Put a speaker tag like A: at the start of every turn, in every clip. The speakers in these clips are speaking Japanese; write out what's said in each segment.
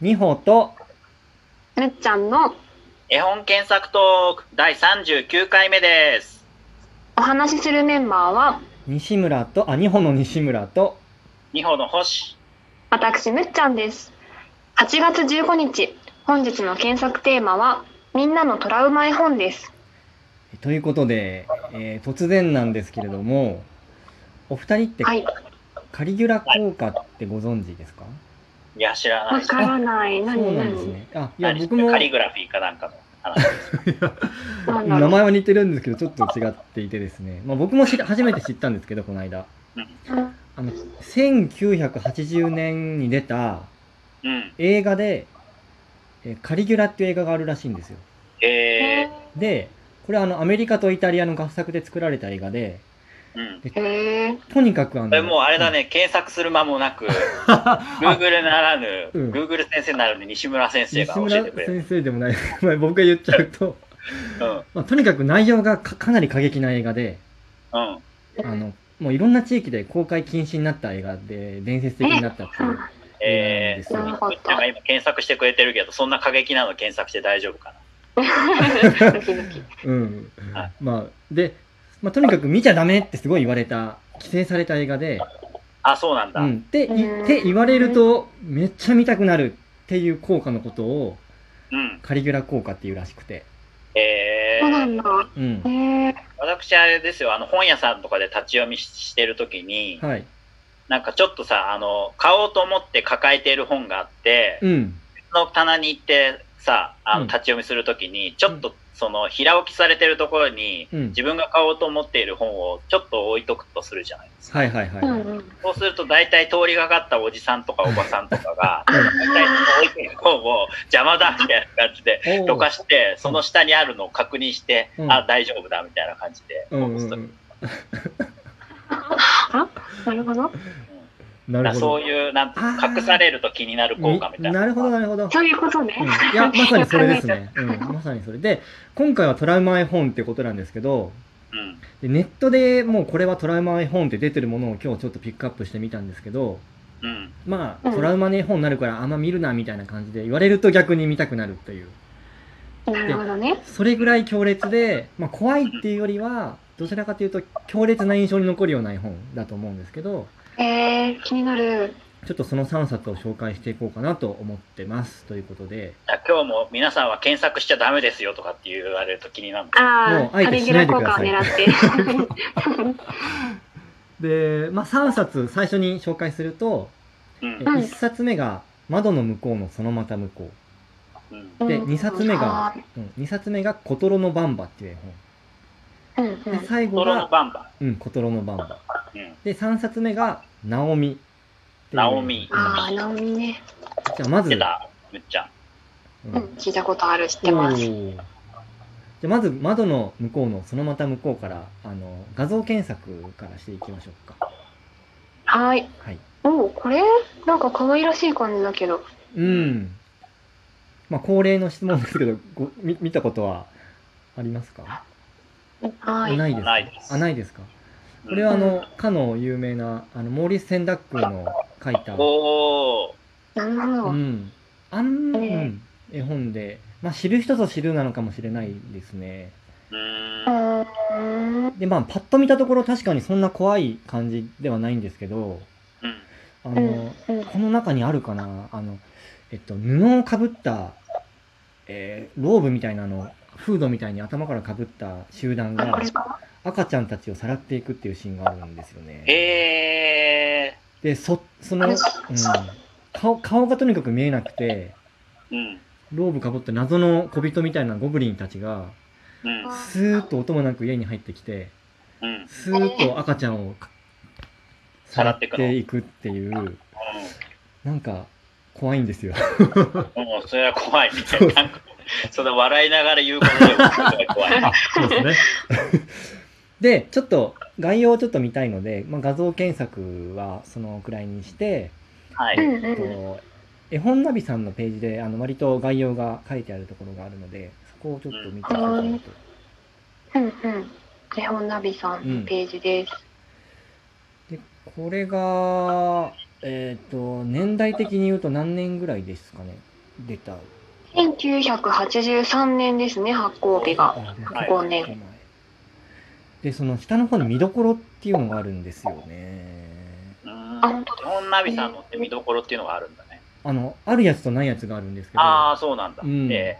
A: 美穂と
B: るっちゃんの
C: 絵本検索トーク第39回目です。
B: お話しするメンバーは、
A: 西村とあ美穂の西村と
C: 二穂の星。
B: 私、むっちゃんです。8月15日、本日の検索テーマは、みんなのトラウマ絵本です。
A: ということで、えー突然なんですけれどもお二人って
B: はい。
A: カリギュラ効果ってご存知ですか、
C: いや、知らない
B: わ
C: です。
B: からない。何
A: そう
B: 何
A: なんですねあいや
C: 何
A: 僕も
C: カリグラフィーかなんかの話。
B: なんだろ
A: 名
B: う
A: 前は似てるんですけどちょっと違っていてですね、まあ、僕も知ら初めて知ったんですけどこの間
B: うん
A: あの1980年に出た
C: うん。
A: 映画で、えーカリギュラっていう映画があるらしいんですよ
C: え
A: でこれはあのアメリカとイタリアの合作で作られた映画で
C: ー、うん。
B: へえ
A: とにかくあの
C: これもうあれだね、検索する間も なく、Google ならぬ、
A: うん
C: Google 先生ならぬ 西村先生
A: 西
C: が教
A: 村
C: えてくれる。
A: 先生でもない まあ僕が言っちゃうと、
C: うん。
A: まあ、とにかく内容がかかなり過激な映画で
C: うん。
B: ー。
A: あのもういろんな地域で公開禁止になった映画で伝説的になったっていう
C: え
A: そうなん
B: です
C: ー、
B: よ
C: むっちゃんが今検索してくれてるけど、そんな過激なの検索して大丈夫かな。
B: ドキドキ。
A: うん
C: はい
A: まあで、まあ、とにかく見ちゃダメってすごい言われた規制された映画で、
C: あ、そうなんだ。
A: うん、って
B: うん
A: って言われるとめっちゃ見たくなるっていう効果のことを
C: うん。
A: カリギュラ効果っていうらしくて、
C: え
B: そうな
C: ー、
B: んだ。
A: うん
B: へ、え
C: 私あれですよ、あの本屋さんとかで立ち読みししてるときに、
A: はい、
C: なんかちょっとさ、あの、買おうと思って抱えている本があって、
A: うん、
C: その棚に行ってさ、
A: う
C: あの、
A: ん
C: 立ち読みするときに、ちょっとその、平置きされてるところに、
A: うん
C: 自分が買おうと思っている本をちょっと置いとくとするじゃないですか。
A: はいはいはい、
B: うんうん。
C: そうすると大体通りがかったおじさんとかおばさんと か
B: あ
C: が、
A: うん
C: 大体その置いてる本を邪魔だみたいな感じで、
A: おー
C: どかして、その下にあるのを確認して、
A: うん
C: あ、大丈夫だみたいな感じで、
A: うんうん
C: そううん
B: ーなるほど。
A: な
C: だ
A: る
C: から
A: ほ
C: そ
A: ど
C: ういう、なんていう
A: あ
C: の
A: ー
C: 隠されると気になる効果みたいな。
A: なるほどなるほど、
B: そういうことね。
A: うんいや、まさにそれですね。うん、まさにそれ。で、今回はトラウマ絵本ってことなんですけど、
C: うん。
A: でネットでもうこれはトラウマ絵本って出てるものを今日ちょっとピックアップしてみたんですけど、
C: うん。
A: まあ、
B: うん
A: トラウマの絵本になるからあんま見るなみたいな感じで言われると逆に見たくなるという。
B: なるほどね。
A: それぐらい強烈で、まあ怖いっていうよりは、どちらかというと強烈な印象に残るような絵本だと思うんですけど、
B: えー、気になる。
A: ちょっとその3冊を紹介していこうかなと思ってます。ということで、
C: だから今日も皆さんは検索しちゃダメですよとかって言われると気になるの
B: あ
A: もう
B: あ、
A: あえ
B: カ
A: て
B: リ
A: し
B: ギュ
A: な
B: ラ
A: いで
B: 効
A: くだ
B: 果
A: さ
B: を
A: い
B: 狙って。
A: で、まあ3冊最初に紹介すると、
C: うん
B: ん
A: 1冊目が「窓の向こうのそのまた向こ
C: うん
A: う」 で
B: うん
A: 2冊目が
B: は
A: 「うん、二冊目がコトロのバンバ」っていう
B: うんう
A: 絵本で
B: ん。
A: 最後
C: トロの
A: が
C: バンバ
A: 「うん、コトロのバンバ
C: ン。うん」
A: で3冊目が「ナオミ」っていう
C: ナオミ
A: うん
B: ああ、なおみね。
A: じゃあま
C: 知っ
A: ず、
C: てたむっちゃん。
A: うん
B: うん、聞いたことある、知ってます。
A: おーじゃあまず窓の向こうのそのまた向こうからあの画像検索からしていきましょうか
B: はい。
A: はい
B: おお、これなんか可愛らしい感じだけど。
A: うんまあ恒例の質問ですけどご見見たことはありますか
B: はい。
A: ないですか
C: ないです
A: あないですか
C: うん
A: これはあの、かの有名な、あの、モーリス・センダックの書いた、
C: おー。
B: なるほど。
A: う
B: うん
A: ん、あん、う
B: ええ
A: ん、絵本で、まあ、知る人ぞ知るなのかもしれないですね。
C: うーん。
B: ーん。
A: で、まあ、パッと見たところ確かにそんな怖い感じではないんですけど、
C: うん。
A: あ
B: う
A: の
B: ん、うん。
A: この中にあるかな、あの、えっと、布をかぶった、えーローブみたいなの、フードみたいに頭からかぶった集団
B: あ、こ
A: が
B: れか。
A: 赤ちゃんたちをさらっていくっていうシーンがあるんですよね。
C: え
A: でそそ
B: あ
A: の、う
B: れ
A: ん、顔顔がとにかく見えなくて
C: ー。うん。
A: ローブかぶった謎の小人みたいなゴブリンたちが
C: うん。
A: スーッと音もなく家に入ってきて
C: うん。うん。
A: スーッと赤ちゃんをか
C: さ
A: さ
C: ら
A: ら
C: っ
A: って
C: いくの
A: ていくっていうなんか怖いんですよ
C: もうそれは怖いね
A: そう。
C: なんか、その笑いながら言うことでも怖い。
A: そうですね でちょっと概要をちょっと見たいので、まあ、画像検索はそのくらいにして、
C: は
B: う
C: い。
B: んう
A: えっ
B: ん。
A: と、絵本ナビさんのページであの割と概要が書いてあるところがあるのでそこをちょっと見ていただこうと。
B: うんうん。絵本ナビさんのページです。
A: でこれがえっ、と、年代的に言うと何年ぐらいですかね、出た。
B: 1983年ですね、発行日が。
A: あ
C: はい
B: 5
A: 前
B: 年。
A: で、その下の方に見どころっていうのがあるんですよね。
C: う
B: あ
C: ん
B: 本当だ
C: 日本ナビさんのって見どころっていうのがあるんだね。
A: あの、あるやつとないやつがあるんですけど。
C: ああ、そうなんだ。
A: うん
C: え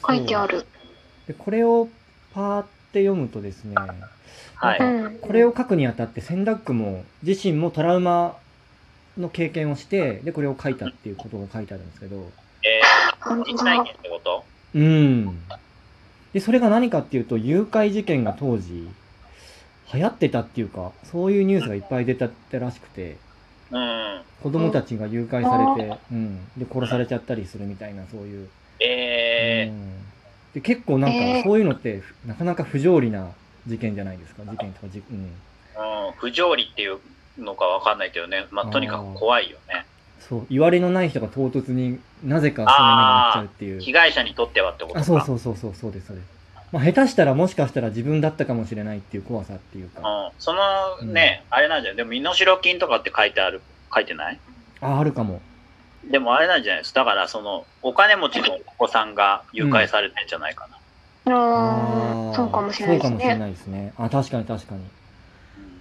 A: そう
B: 書いてある。
A: で、これをパーって読むとですね、
C: えは
B: う
C: い。
B: ん。
A: これを書くにあたって、センダックも自身もトラウマの経験をして、で、これを書いたっていうことが書いてあるんですけど、
C: え
B: 本
C: ー、
B: 当
C: 実体
B: だ
C: 験ってこと
A: うん。で、それが何かっていうと、誘拐事件が当時、流行ってたっていうか、そういうニュースがいっぱい出たってらしくて、
C: うん。
A: 子供たちが誘拐されて、うん。で、殺されちゃったりするみたいな、そういう。う
C: え
A: ん、で、結構なん
B: え
A: か、
B: ー
A: そういうのって、なかなか不条理な事件じゃないですか、事件とか事、うん。
C: えうん、不条理っていうのかわかんないけどね、まあ、とにかく怖いよね。
A: そう、言われのない人が唐突になぜかそういうのになっちゃうっていう。
C: 被害者にとってはってこと
A: あ
C: か。
A: そうそうそうそう、そうです、そうです。まあ、下手したらもしかしたら自分だったかもしれないっていう怖さっていうか。
C: うん、そのね、あれなんじゃないでも、身代金とかって書いてある、書いてない
A: あ、あるかも。
C: でもあれなんじゃないですだから、その、お金持ちのお子さんが誘拐されてんじゃないかな。
B: あーそうかもしれないで
A: そう
B: す
A: かもしれ
B: ね。
A: ないですね。あ、確かに確かに。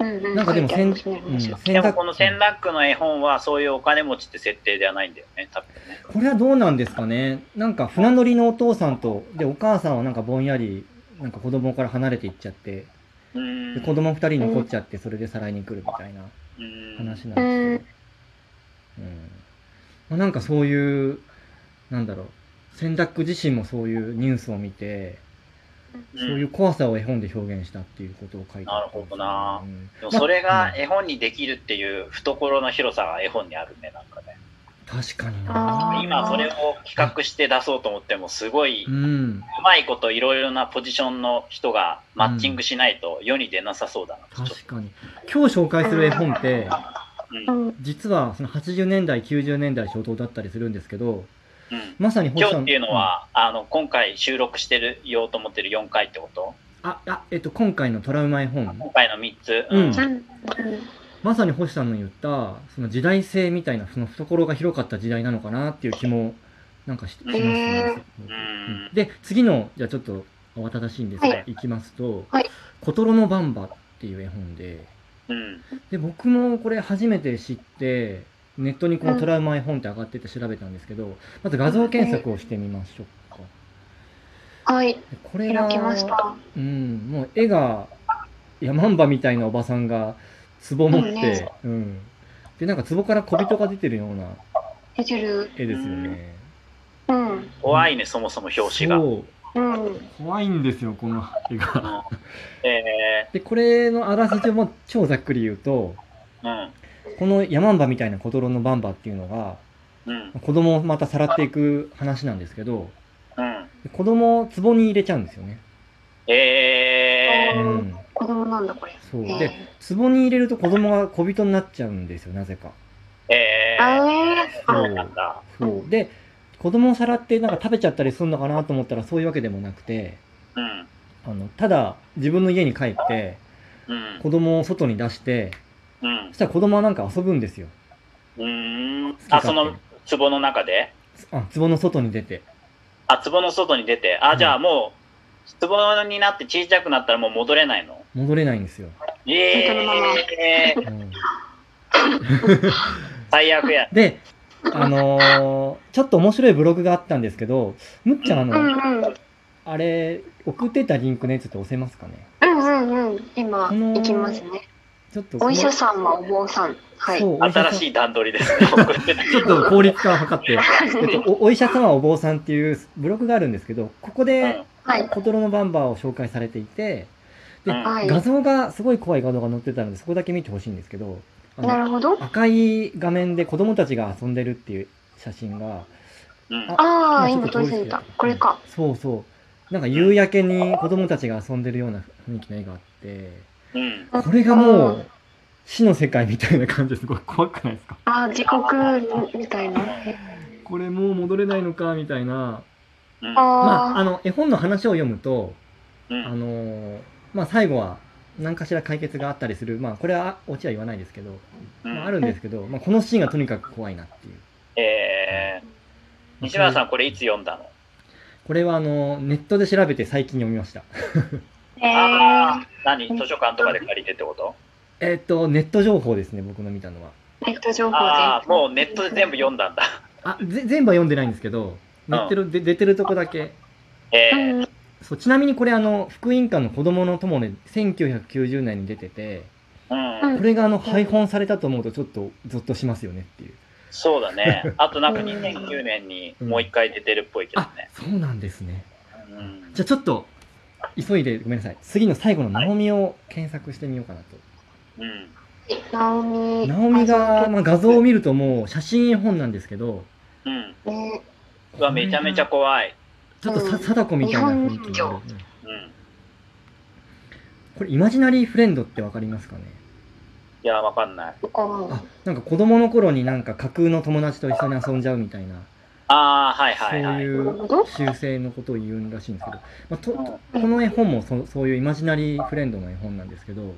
C: うん
B: うんうん。
A: なんかでも、
B: 書いてあり
A: ん、
B: ますね面白い
C: で
A: 選
C: もこのセンラックの絵本はそういうお金持ちって設定ではないんだよね、多分ね。
A: これはどうなんですかね。なんか船乗りのお父さんと、で、お母さんはなんかぼんやり、なんか子供から離れていっちゃって、で
C: うん。
A: 子供二人残っちゃって、それでさらいに来るみたいな
C: うん
A: 話なんですけど。うん。まあ、なんかそういう、なんだろう。センダック自身もそういうニュースを見て、
C: うん
A: そういう怖さを絵本で表現したっていうことを書いてあったんですよね
C: なるほどな
A: うん
C: でもそれが絵本にできるっていう懐の広さが絵本にあるね、なんかね。
A: 確かに
B: あ
A: な
B: ー
C: 今それを企画して出そうと思っても、すごい、
A: う。
C: うんまいこといろいろなポジションの人がマッチングしないと世に出なさそうだなと、ちょっ
A: 確かに。今日紹介する絵本って、
C: と。うん。
B: うん
A: 実はその80年代、90年代初頭だったりするんですけど、
C: うん
A: まさに
C: 今日っていうの、は、あの、今回収録してるようと思ってる4回ってこと
A: うんあ、あ、えっと、今回のトラウマ絵本、
C: 今回の3つ。
A: うん
B: うんうん
A: まさに星さんの言った、その時代性みたいな、その懐が広かった時代なのかなっていう気も、なんかししますね。う
C: う
A: ん
C: ん。
A: で、次の、じゃあちょっと慌ただしいんですが、、
B: はい
A: きますと、
B: はい
A: コトロのバンバっていう絵本で、
C: うん。
A: で、僕もこれ初めて知って、ネットにこのトラウマ絵本って上がってて調べたんですけど、まず画像検索をしてみましょうか。
B: はい、
A: でこれが
B: 開きました。
A: うん、もう絵が山んばみたいなおばさんが壺持って、
B: うんね
A: うん、でなんか壺から小人が出てるような
B: 出てる。
A: 絵ですよね。
B: うん。
C: 怖いね、そもそも表紙が。
A: そう
B: うん。
A: 怖いんですよこの絵が。
C: え
A: でこれのあらすじも超ざっくり言うと
C: ー、
A: この山んばみたいな小泥のバンバっていうのが
C: うん。うん。
A: 子供をまたさらっていく話なんですけど
C: うん。
A: で子供を壺に入れちゃうんですよね。
C: え
A: う
C: ー、
A: ん、
B: 子供なんだ、これ。
A: そう
B: え
A: で壺に入れると子供が小人になっちゃうんですよなぜか。
C: え
B: ー、
C: ー、
B: あー
A: そ
B: あ
C: そうなんだ。
A: そうう。で、子供をさらってなんか食べちゃったりするのかなと思ったらそういうわけでもなくて、
C: うん。
A: あの、ただ自分の家に帰って、
C: うん。
A: 子供を外に出して、
C: うん
A: そしたら子供はなんか遊ぶんですよ。
C: うーん。
A: 好
C: あ、
A: き勝手
C: その壺の中で
A: あ、壺の外に出て。
C: あ、壺の外に出て。あ、
A: うん
C: じゃあもう、壺になって小さくなったらもう戻れないの
A: 戻れないんですよ。
C: ええー、
A: うん
C: 最 悪や。
A: で、あのーちょっと面白いブログがあったんですけど、むっちゃんあ
B: うん
A: の、
B: うん。
A: あれ、送ってたリンクね、ちょっと押せますかね。
B: うんうんうん。今、
A: この
B: 行きますね。
A: ちょっとこの、
B: お医者さんはお坊さん。はい。
A: そう、お医者さ
C: 新
A: ん
C: しい段取りですね。送って た
A: ちょっと効率化を図 って。えっと、おお医者様お坊さんっていうブログがあるんですけど、ここ
C: う
A: で、
C: ん
B: はい。
A: コトロのバンバーを紹介されていて、で
C: うん
B: はい
A: 画像がすごい怖い画像が載ってたので、そこだけ見てほしいんですけど、あ
B: な
A: の
B: るほど。
A: 赤い画面で子供たちが遊んでるっていう写真が、
C: うん
B: ああ、
A: ちょっ
B: 今
A: と
B: 撮り過ぎた。これか。。
A: そうそう。なんか夕焼けに子供たちが遊んでるような雰囲気の絵があって、
C: うん。
A: これがも
B: うん
A: う死の世界みたいな感じですごい怖くないですか
B: ああ、時刻みたいな。
A: これもう戻れないのかみたいな。
C: うん。
A: ま
B: あ
A: あ、あ
B: あ、
A: の、絵本の話を読むと、
C: う
A: あ
C: ん。
A: のーまあ、最後は何かしら解決があったりするまあこれはオチは言わないですけど、
C: うん
A: まあ、あるんですけど、まあ、このシーンがとにかく怖いなっていう
C: えー、西村さん、これいつ読んだの
A: これはあのネットで調べて最近読みました
B: えー
C: あ、ー何図書館とかで借りてってこと
A: えっとネット情報ですね僕の見たのは
B: ネット情報で。
C: ああ、もうネットで全部読んだんだ。
A: あぜ全部は読んでないんですけどネットで出てるとこだけ
C: え
B: う
C: ー、
B: ん。
A: そうちなみにこれあの福音館の子供の友で1990年に出てて
C: うん、
A: これがあの配本されたと思うとちょっとゾッとしますよねっていう
C: そうだね。あとなんか2009年にもう一回出てるっぽいけど
A: あ
C: ね。
A: そうなんですね
C: うん
A: じゃあちょっと急いでごめんなさい次の最後のナオミを検索してみようかなと、
C: うん。
B: ナオミ。
A: ナオミが、
B: あ
A: まあ、画像を見るともう写真絵本なんですけど
C: うん。
B: そうね
C: うわ、めちゃめちゃ怖い。
A: ちょっとさ貞子みたいな雰囲気
B: 日
A: になる
B: 本
A: うん
C: うん。
A: これイマジナリーフレンドってわかりますかね
C: いや、わかんない。
B: とかも
A: あなんか子供の頃になんか架空の友達と一緒に遊んじゃうみたいな
C: ああ、はい
A: そ
C: は
A: う
C: いはい。
A: いう
B: ど
A: 修正のことを言うらしいんですけど、まあ、と
C: うん
A: とこの絵本もそそういうイマジナリーフレンドの絵本なんですけど
C: うん、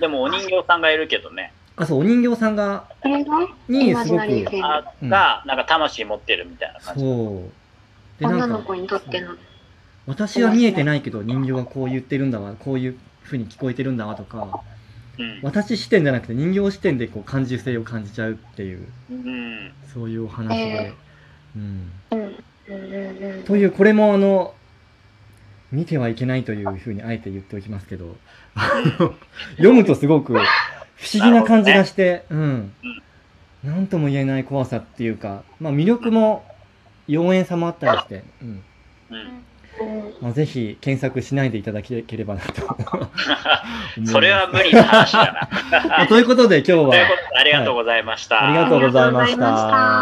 C: でもお人形さんがいるけどね。
A: あそうお人形さんが
B: これが
A: に
B: イマ
A: す
B: ジ
A: ご
B: ナリー
A: く
B: フレン
C: あ
A: うん
C: が、なんか魂持ってるみたいな感じ。
A: そうで
B: ド。
A: な
B: 女
A: ん
B: の
A: か
B: 子にとっての。
A: 私は見えてないけど人形はこう言ってるんだわこういうふうに聞こえてるんだわとか
C: うん。
A: 私視点じゃなくて人形視点でこう感受性を感じちゃうっていう
C: うん。
A: そういうお話で、
B: え
A: うん、
B: うん。うんうんうん
A: というこれもあの見てはいけないというふうにあえて言っておきますけどあの読むとすごく不思議な感じがして、うん何とも言えない怖さっていうか、まあ、魅力も妖艶さもあったりして、うん
C: うん。
B: うん
A: まあ、ぜひ検索しないでいただければな と
C: それは無理な話だな。
A: まあということで今日
C: というこ
A: は
C: とで、ありがとうございました。
A: ありがとうございまし。
B: ありがとうございました